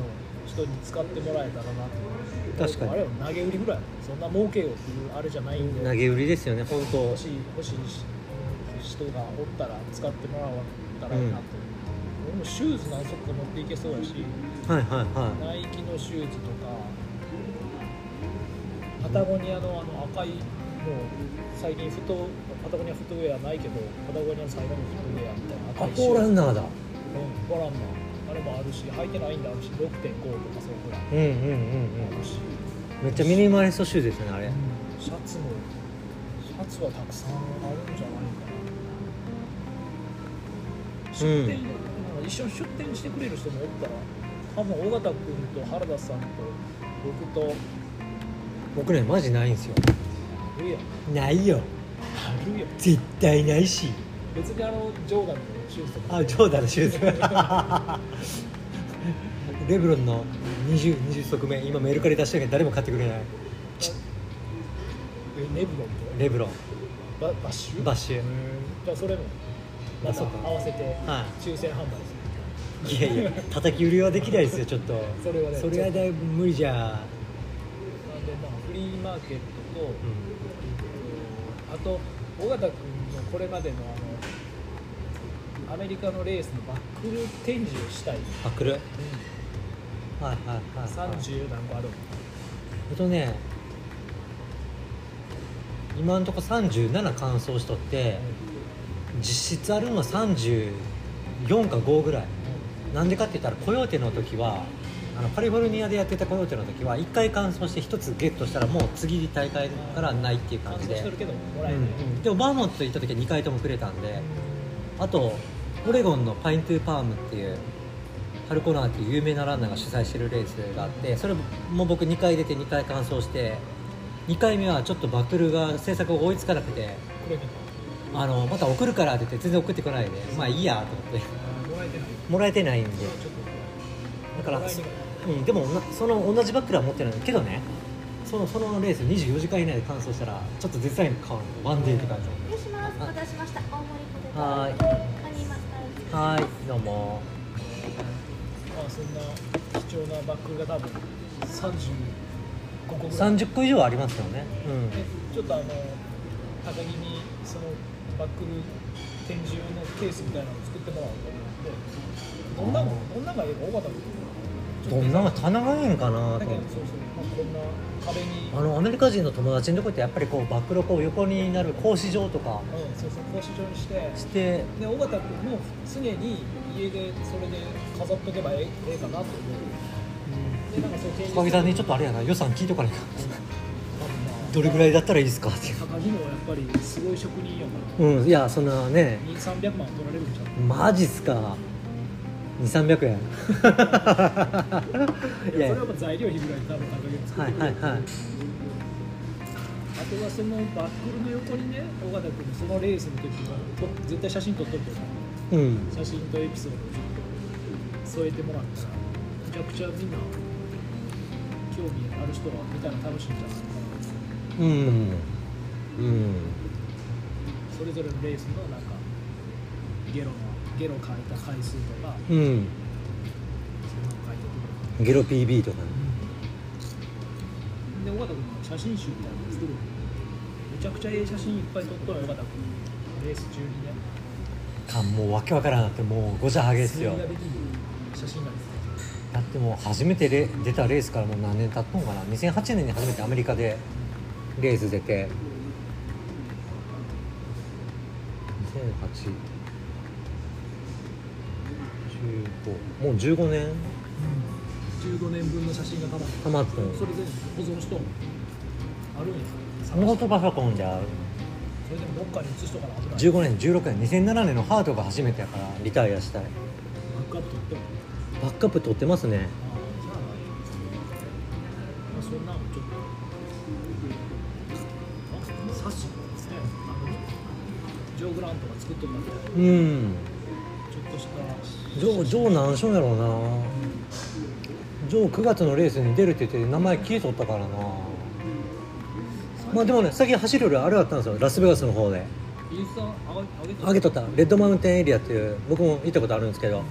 人に使ってもらえたらなと
確かに
あれは投げ売りぐらいそんな儲けようっていうあれじゃないんで
投げ売りですよね本当
欲しい欲しい人がおったら使ってもらわったらいいなと、俺もシューズ何足か持っていけそうやし
はいはいは
ナイキのシューズとかパタゴニアのあの赤いもう最近フットパタゴニアフットウェアないけどパタゴニアの最後のフットウェアみたい
い
な
あ
赤いシュ
ポーラ
ーズ
ンナーだ
うんポーランナーあれもあるし履いてないんだあるし6.5とかそうぐらい
うんうんうんうん
あるし、
めっちゃミニマリストシューズですねあれ
シャツもシャ初はたくさんあるんじゃないかな出
うん
店、なんか一緒に出店してくれる人もおったら多分尾形君と原田さんと僕と
僕ねマジないんですよ
あるやん
ないよ
あるやん
絶対ないし
別にあのジョーダンのシューズとか
あジョーダンのシューズ レブロンの 20, 20足目今メルカリ出したけど誰も買ってくれない
えネブロン
レブロン
とババッシュ
バッシュ
じゃあそれもま
あ
た
そうか
合わせて
は
抽選販売する
いいやいや叩き売りはできないですよちょっと
それはね
それはだいぶ無理じゃ、
なんでまあフリーマーケットと、
う
あと尾形君のこれまでのあのアメリカのレースのバックル展示をしたい、
ん、パクるはいはいはい、はい、
30何個ある
えっとね今んとこ37完走しとって実質あるのは34か5ぐらいなんでかって言ったらコヨーテの時はあのカリフォルニアでやってたコヨーテの時は1回完走して1つゲットしたらもう次大会からないっていう感
感
じ
動
で
してるけどもら
う
えない、
ん、でもバーモント行った時は2回ともくれたんであとオレゴンのパイントゥーパームっていうハルコナーっていう有名なランナーが主催してるレースがあってそれも僕2回出て2回完走して2回目はちょっとバトルが制作が追いつかなくて
くれて
あのまた送るからって言って全然送ってこないでまあいいやと思って
たもらえてない
もらえてないんで
ちょっ
だから
もらえて
うん、でもなその同じバッグラは持ってないけどねそのそのレース24時間以内で完走したらちょっとデザイン変わるのワンデーって感じ
よし、マラスお待たせしました。大盛りポテト。
はーい
カニマスタルド
はいどうも
とまあそんな貴重なバックルが多分35個ぐらい
30個以上はありますよね
でちょっとあの高木にそのバックル展示用のケースみたいなのを作ってもらおうと思ってどんなのどんなのがいいか尾形
う
君
んどんなの棚がいいんかな
だ
と
けどそうそう、まあ、こんな壁に、
あのアメリカ人の友達のとこってやっぱりこうバックロこう横になる格子状とか
うん、そうそう格子状にしてで
して
尾形君も常に家でそれで飾っとけばええええかなと思うでなんかそう
おかげさんにちょ
っ
っとあれやな予算聞いとかないかど
と
れぐらいだったらいいですかっていう
高木もやっぱりすごい職人やか
うんいやそんなね
ら2300万取られるんじゃん
マジっすか2300円い
いや
やいや
それはもう材料費ぐらい多分高木が作っ
は
て
い
くれる、
はいはい
あとはそのバックルの横にね尾形君そのレースの時はと絶対写真撮っとくよ
うん
写真とエピソードをちょっと添えてもらったらめちゃくちゃみんな興味ある人は見たら楽しいんじゃないかな
うんうん
それぞれのレースのなんかゲロのゲロ書いた回数とか
うん
そんなの書いてく
ゲロ PB とかね
るで尾形君の写真集みたいなの作るめちゃくちゃええ写真いっぱい撮ったら尾形君レース中にね
かもうわけわからなくなってもうごちゃはげですよ
釣りができる写真なんですね
だってもう初めてレ出たレースからもう何年経ったのかな2008年に初めてアメリカでレース出て200815もう15年
15年分の写真がたまって
たまっ
それ
て
全部保存しとんあるんや
ノートパソコンじゃ
それでもどっかに写しとかな危ない
15年16年2007年のハートが初めてやからリタイアしたい
バックアップ撮っても
バックアップ取ってますね
ああじゃあ、まあ、そんなんちょっとあサッシですねあのジョー・グラントが作っとったみたいな
うん
ちょっとした
ジョージョー何勝やろうなジョー9月のレースに出るって言って名前消えとったからなまあでもね最近走るよりあれだったんですよラスベガスの方で
インスタ上げ上げと
上げとったレッドマウンテンエリアっていう僕も行ったことあるんですけど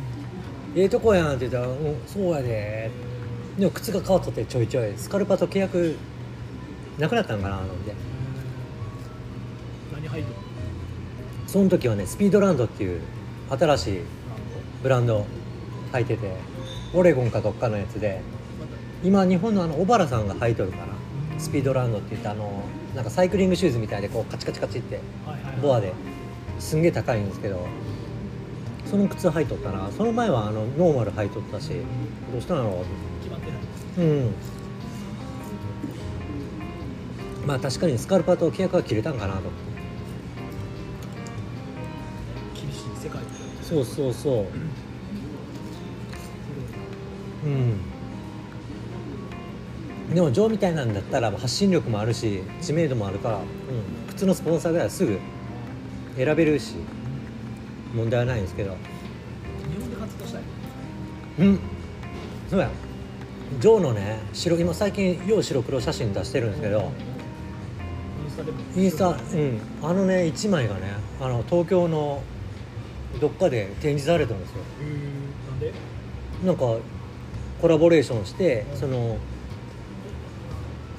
ええとこやんって言ったら「うんそうやで」でも靴が変わっとってちょいちょいスカルパと契約なくなったんかななんて
何入ってる
その時はねスピードランドっていう新しいブランド履いててオレゴンかどっかのやつで今日本のあの小原さんが履いとるからスピードランドって言ってあのなんかサイクリングシューズみたいでこうカチカチカチって
のはいはいはい
ボアですんげえ高いんですけどその靴履いとったらその前はあのノーマル履いとったしどうしたの
決まってない
うんまあ確かにスカルパと契約は切れたんかなと思って
厳しい世界
そうそうそううんでもジョーみたいなんだったら発信力もあるし知名度もあるから、うん、靴のスポンサーぐらいはすぐ選べるし問題はないんですけど
日本で活動したい
うんそうやジョーのね白今最近よう白黒写真出してるんですけど
インスタでも
インスタ、うん、あのね1枚がねあの東京のどっかで展示されてるんですよ
えーなんで
なんかコラボレーションしてその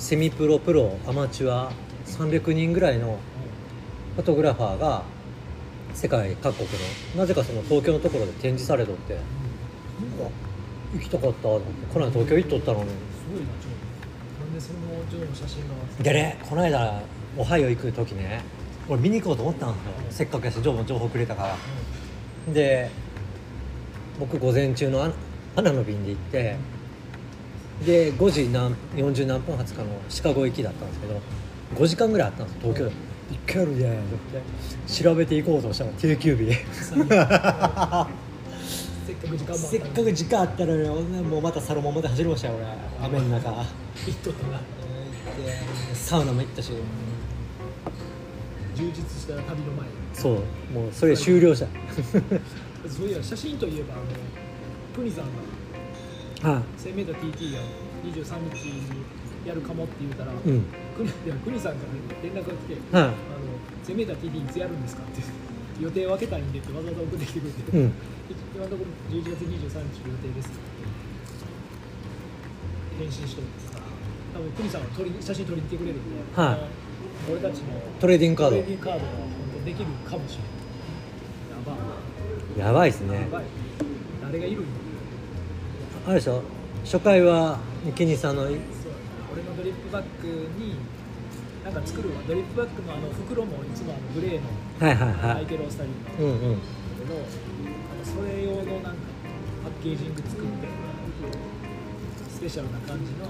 セミプロプロアマチュア300人ぐらいのフォトグラファーが世界各国のなぜかその東京のところで展示されとってなんか行きたかったと思ってこの間東京行っとったのに
すごいなジョーなんでそのジョーの写真が
でねこの間オハイオ行く時ね俺見に行こうと思ったんですよせっかくやしジョーも情報くれたからで僕午前中のあ花の便で行ってで5時何40何分発かのシカゴ行きだったんですけど5時間ぐらいあったんですよ東京で一回あるじゃんと思って調べていこうとしたら定休日
せっかく時間もあった
せっかく時間あったのに俺もうまたサロモンまで走りましたよ俺雨の中行っ
ヒットだな
てサウナも行ったし
充実した旅の前に
そうもうそれ終了した
そういや写真といえばあの国さんが
は
1000mTT が23日にやるかもって言うたら、
いうん
国いや国さんから連絡が来て「あ
は
の 1000mTT いつやるんですか?」って「予定を分けたいんで」ってわざわざ送ってきてくれて、
いうん
今のところ11月23日予定ですって返信しとる多分国さんは撮り写真撮りに来てくれるんで、
はい
あの俺たちの
トレーディングカ
トレーデ
ー
ィングカードが本当できるかもしれないやばい
ドやばいですね
やばい誰がいるんだ
あれでしょ初回はケニーさんの
そう俺のドリップバッグになんか作るわドリップバッグのあの袋もいつもあのグレーの
はいはいは
アイ
い
ケロースタイル
う
なんだ
んうん
けど、なんかそれ用のなんかパッケージング作ってスペシャルな感じの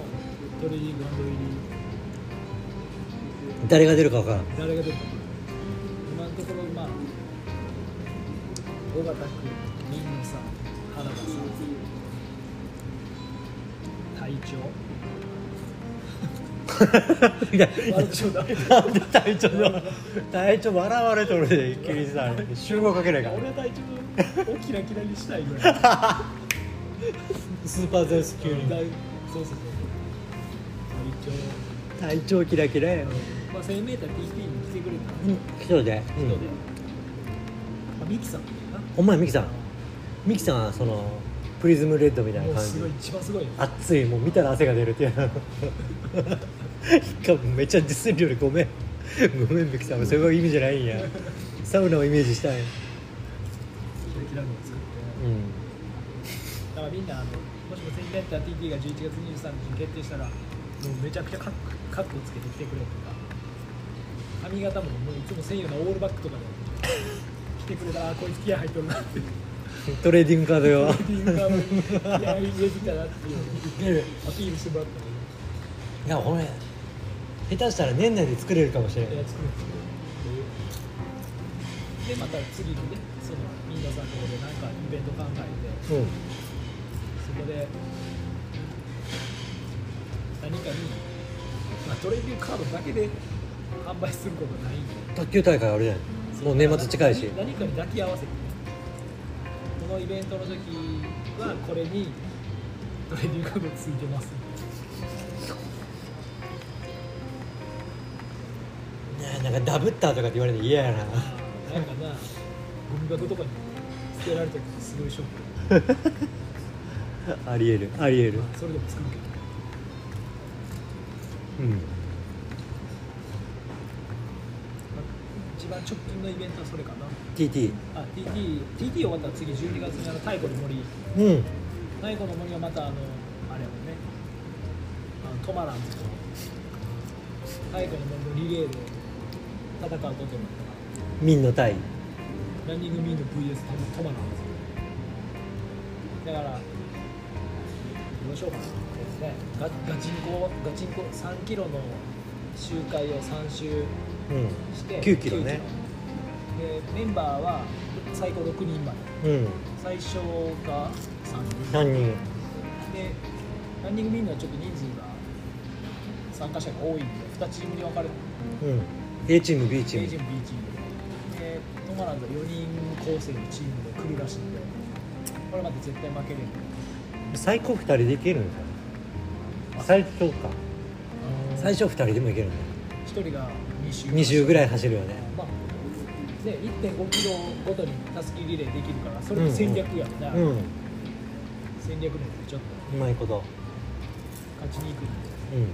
トレーニング入り
誰が出るか分からん
誰が出るか今のところまあ 尾形君みんなさん原田さん隊長
いや
ワールドショーだけ ど
なんで隊長の隊長笑われとるでケニーさん集合かけないから
俺は隊長をキラキラにしたいぐらいだ
スーパーゼウス級に
そうそうそう隊
隊長キラキラや
長、まあ、1000m t p に来てく
う
れた
ん一人で、う
人で、
ん、
まあ、ミキさんだよ
お前ミキさんミキさんはそのプリズムレッドみた
ない
な
もう
感
す
じ
ごい一番すごいよ
熱いもう見たら汗が出るっていう一回めっちゃ実践料理ごめんごめんミキさんそういう意味じゃないんやサウナをイメージしたい
キラキラのを作って
う
だからみんなあのもしも1000メーター TT が11月23日に決定したらもうめちゃくちゃカッコカッコつけてきてくれとか髪型ももういつも専用のオールバックとかで来てくれたらあこいつ気合入っとるなって
んトレーディングカードよ
ピンカーも気合入れてきたなっていうアピールしてもらったの
いやほんまや下手したら年内で作れるかもしれない
でいや作るんですよでまた次にねそのみんなさんのとこでなんかイベント考えて
うん
そこで何かに、まあ、トレーディングカードだけで販売することないんで
卓球大会あるじゃんもう年末近いし
何かに抱き合わせてこのイベントの時はこれにトレーディングカードついてます
ななんかダブったとかって言われて嫌やな
なんかなゴミ箱とかに捨てられてるすごいショック
ありえるありえる
それでも作るけど
うん
まあ一番直近のイベントはそれかな
TT
あ TT, TT 終わったら次12月にあの太古の森
うん
太古の森はまたあのあれやもんねあのトマランズと太古の森のリレーで戦うことになったか
ミンの対
らランニングミーの VS トマランズだからどうしようかなですねガガチンコガチンコ3キロの周回を3周
うん
して
9キロね
9キロでメンバーは最高6人まで
うん
最初が3人
何人
でランニングビングはちょっと人数が参加者が多いんで2チームに分かれて
うん A チーム B チ
A チ
ー
ー
ム
ム B チームででトマランズは4人構成のチームで来るらしいんでこれまで絶対負けれる
最高2人でいけるんじゃない最初か最初2人でもいけるんだよ
1人が2周
2周ぐらい走るよね
まあ、ね、1.5キロごとにたすきリレーできるからそれも戦略やんな、
うん
戦略なんでちょっと
うまいこと
勝ちに行くんで
うん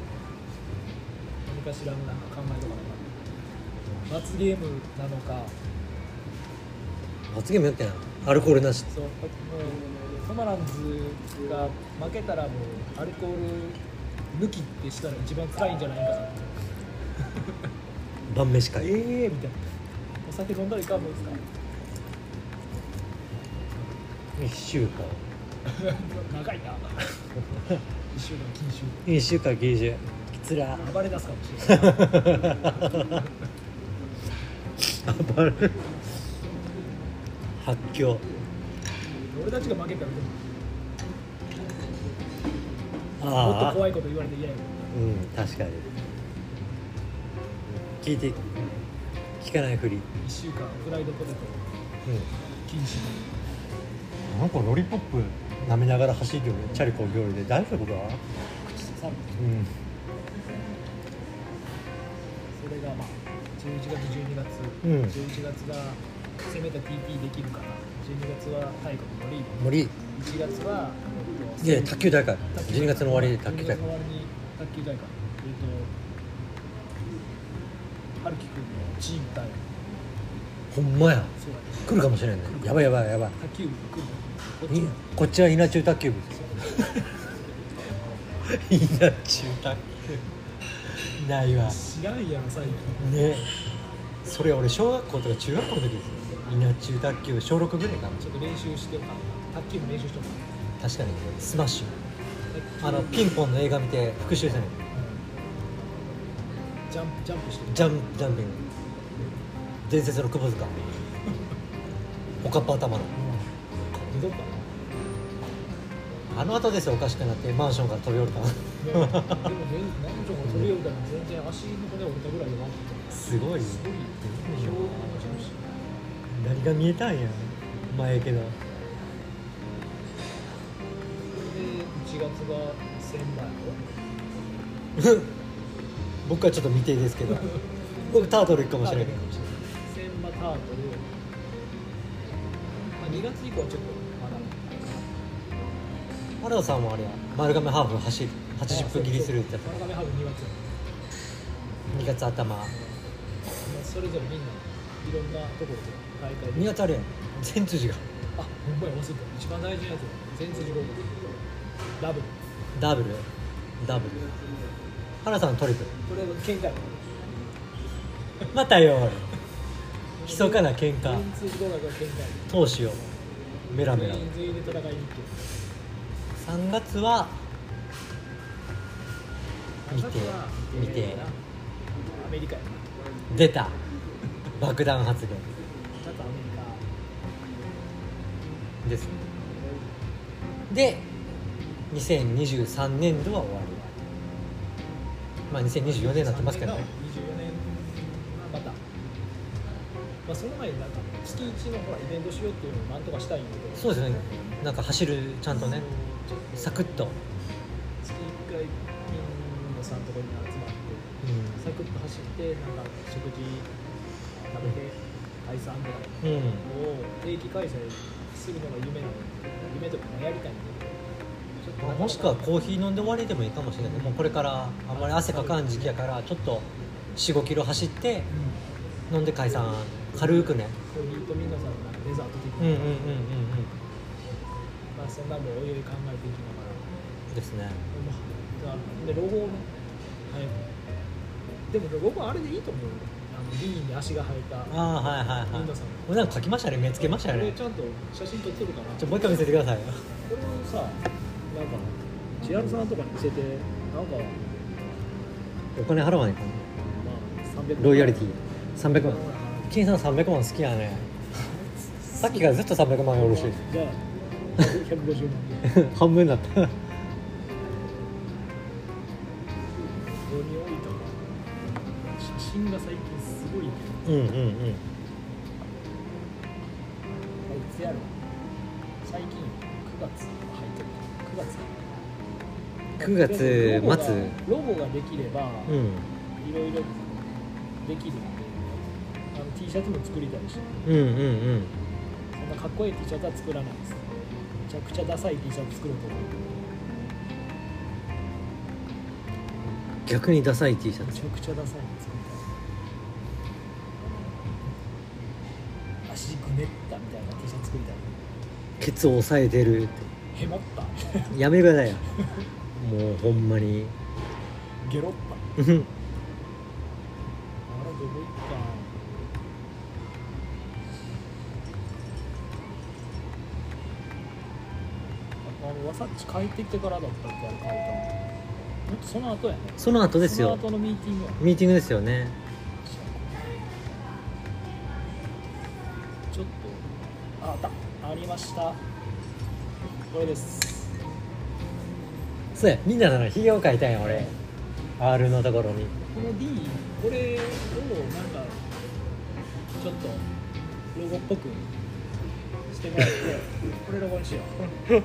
何かしらのなんか考えとかなあかん罰ゲームなのか
罰ゲームやったやんアルコールなし
そうもうソマランズが負けたらもうアルコール抜きってしたら一番辛いんじゃないかな
晩飯会
ええー、みたいなお酒飲んだらいかんもんですか
1週間
長いな 一週間禁酒
1週間禁酒きつら
暴れ出すかもしれない
暴れる発狂
俺たちが負けたらでももっ
あ
と
あ
怖いこと言われて嫌やも
うん確かに聞いて聞かないふり
ん1週間フライドポテ
う
ト禁止
んなんかロリポップ舐めながら走るよねチャリこう料理で大丈夫か
口刺さる
うん
それがまあ11月12月、
うん
11月が攻めた TP できるから12月は太国のリー
森
ド1月は、えっと
で卓球大会12月の終わりで卓球大
12月の終
会
わりに卓球大会えっと春樹君のチーム対
ほんまや
そうだね
来るかもしれんねやばいやばいやばい
卓球部来るこっち
い
も
こっちは稲中卓球部稲中卓球ないわ
知らんやろ最近
ねそれ俺小学校とか中学校の時ですよ稲中卓球小6ぐらいかな
ちょっと練習してもらう卓球部練習しても
確かにスマッシュ
らう
あのピンポンの映画見て復習したね
ジャンプジャンプしてる
ジャンジャンピング伝説の窪 塚おかっぱ頭の
どうかな
あの後ですよおかしくなってマンションから飛び降りたの
でも、でも、男女が取り寄ったら、全然足の骨折れたぐらいでなくて。
すごい
すごい。評判もちろんし。
何が見えたんや前やけど
で、1月が千枚。
僕はちょっと未定ですけ ど僕タートル行くかもしれないけど
千枚タートル。まあ、2月以降はちょっと、まだ。
原田さんもあれや丸亀ハーフ走る80分切りするってや
丸亀ハーフ2月や。
つ2月頭
まあそれぞれみんな、いろんなところで大会
2
で。
月あれやん全辻が
あ、ほんまや、忘れた。一番大事なやつや。全通地合格。ダブル。
ダブルダブル原田さんトリプル
これは県外。
またよ密かな喧嘩
全通地合格は県外。
投手をメラメラ
全員全員で戦いに行って
3月は見て見て
アメリカや
出た爆弾発言
ななんかアメリ
ですねで2023年度は終わりまあ2024年に
カ
なってますけどね
24年また、まあ、その前になんか月1のほらイベントしようっていうのをなんとかしたいんで
そうですねなんか走るちゃんとね
ちょっと
サクッと、
月1回みんなさんとこに集まってサクッと走ってなんか食事食べて解散ぐらい
うんうん
を定期開催するのが夢なの夢とかやりたいんでちょっと
まあ
なか
も
なか
しくはコーヒー飲んで終わりでもいいかもしれないもうこれからあんまり汗かかん時期やからちょっと4 5キロ走って
うん
飲んで解散軽くね
コーヒーと皆さんのなんかデザート的
うんうん
な、
うんうん
まあ、そんなもんおいおい考えていきながら
うんですね
まあでロゴをね早くでもロゴはあれでいいと思うよあのリーンに足が生えた
ああはいはい
リン
は
ダ
い
さんの
俺なんか書きましたね目つけましたよ
これ
ね
ちゃんと写真撮ってるかな
ちょもう一回見せてくださいよ
これをさなんか千春さんとかに見せてなんか
お金払わないかな
300
ロイヤリティ300万金さん300万好きやねさっきからずっと300万よろしい
じゃあ150万
半分だった
ここに置いた写真が最近すごいけ
う
ど
んうんうん
あいつやろ最近9月入ってる9月
9月
ロゴが
末
ロゴができれば
うん
いろいろできるんであの T シャツも作りたいし
うんうん
そんなかっこいい T シャツは作らないですめちゃくちゃダサい T シャツ作ろうと思う
逆にダサい T シャ
め
ツ
ちゃくちゃダサいの作りたい足ぐねったみたいな T シャツ作りたい
ケツを抑えてるって
へまった
やめろだよもうほんまに
ゲロっ
う
たあ
ん
らどこ行ったあのわさっち帰ってきてからだったっけあれ帰ったのもっとその後やね
その後ですよ
その後のミーティングやね
ミーティングですよね
ちょっとああったありましたこれです
そうやみんなのひげを描いたんや俺 R のところに
この D これをなんかちょっとロゴっぽくしてもらってこれロゴにしようあの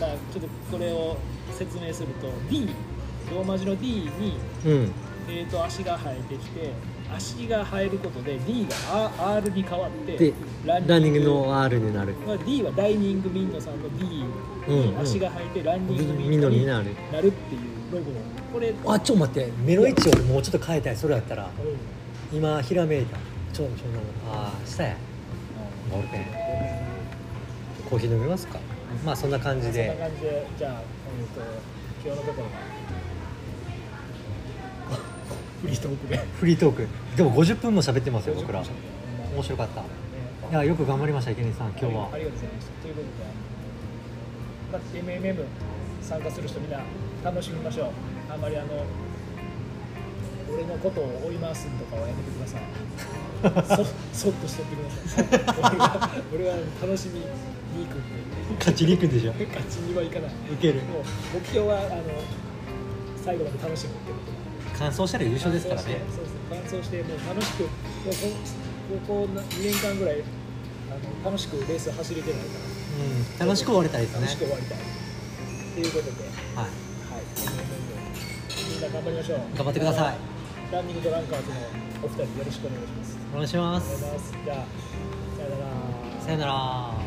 まあちょっとこれを説明すると D ローマ字の D に、
うん
えー、と足が生えてきて足が生えることで D が R, R に変わって
でランニングの R になる
まあ、D はダイニングミンドさんの D
うん
に足が生えてランニングミンド
緑に
にな
なる
るっていうロゴこれ
あちょっと待って目の位置をもうちょっと変えたいそれやったら
うん
今ひらめいたちょちょちょああしたやボールペンコーヒー飲みますかまあそんな感じ
そんな
で
感じでじゃあ、えー、と今日のところはフリートーク で
フリートークでも50分も喋ってますよ僕ら面白かったい
ね
やよく頑張りました池根さん今日は
ありがとうございましたということでまあ MMM 参加する人みんな楽しみましょうあんまりあの俺のことを追い回すとかはやめてくださいそそっとしとってください俺は俺は楽しみに行くんで
勝ちに行くんでしょ
勝ちにはいかない
ウケる
もう目標はあの最後まで楽しむってこと
完走したら優勝ですからね
そうです伴走してもう楽しくもうここここ2年間ぐらいあの楽しくレース走れてないか
うん
ら
楽しく終われたいです
楽しく
ね
終わりたいということではい
はい
みんな頑張りましょう
頑張ってください
ランニングドランカーズのお二人よろしくお願いします
お願いしま
お願いし
す
ますじゃあさよなら
さよなら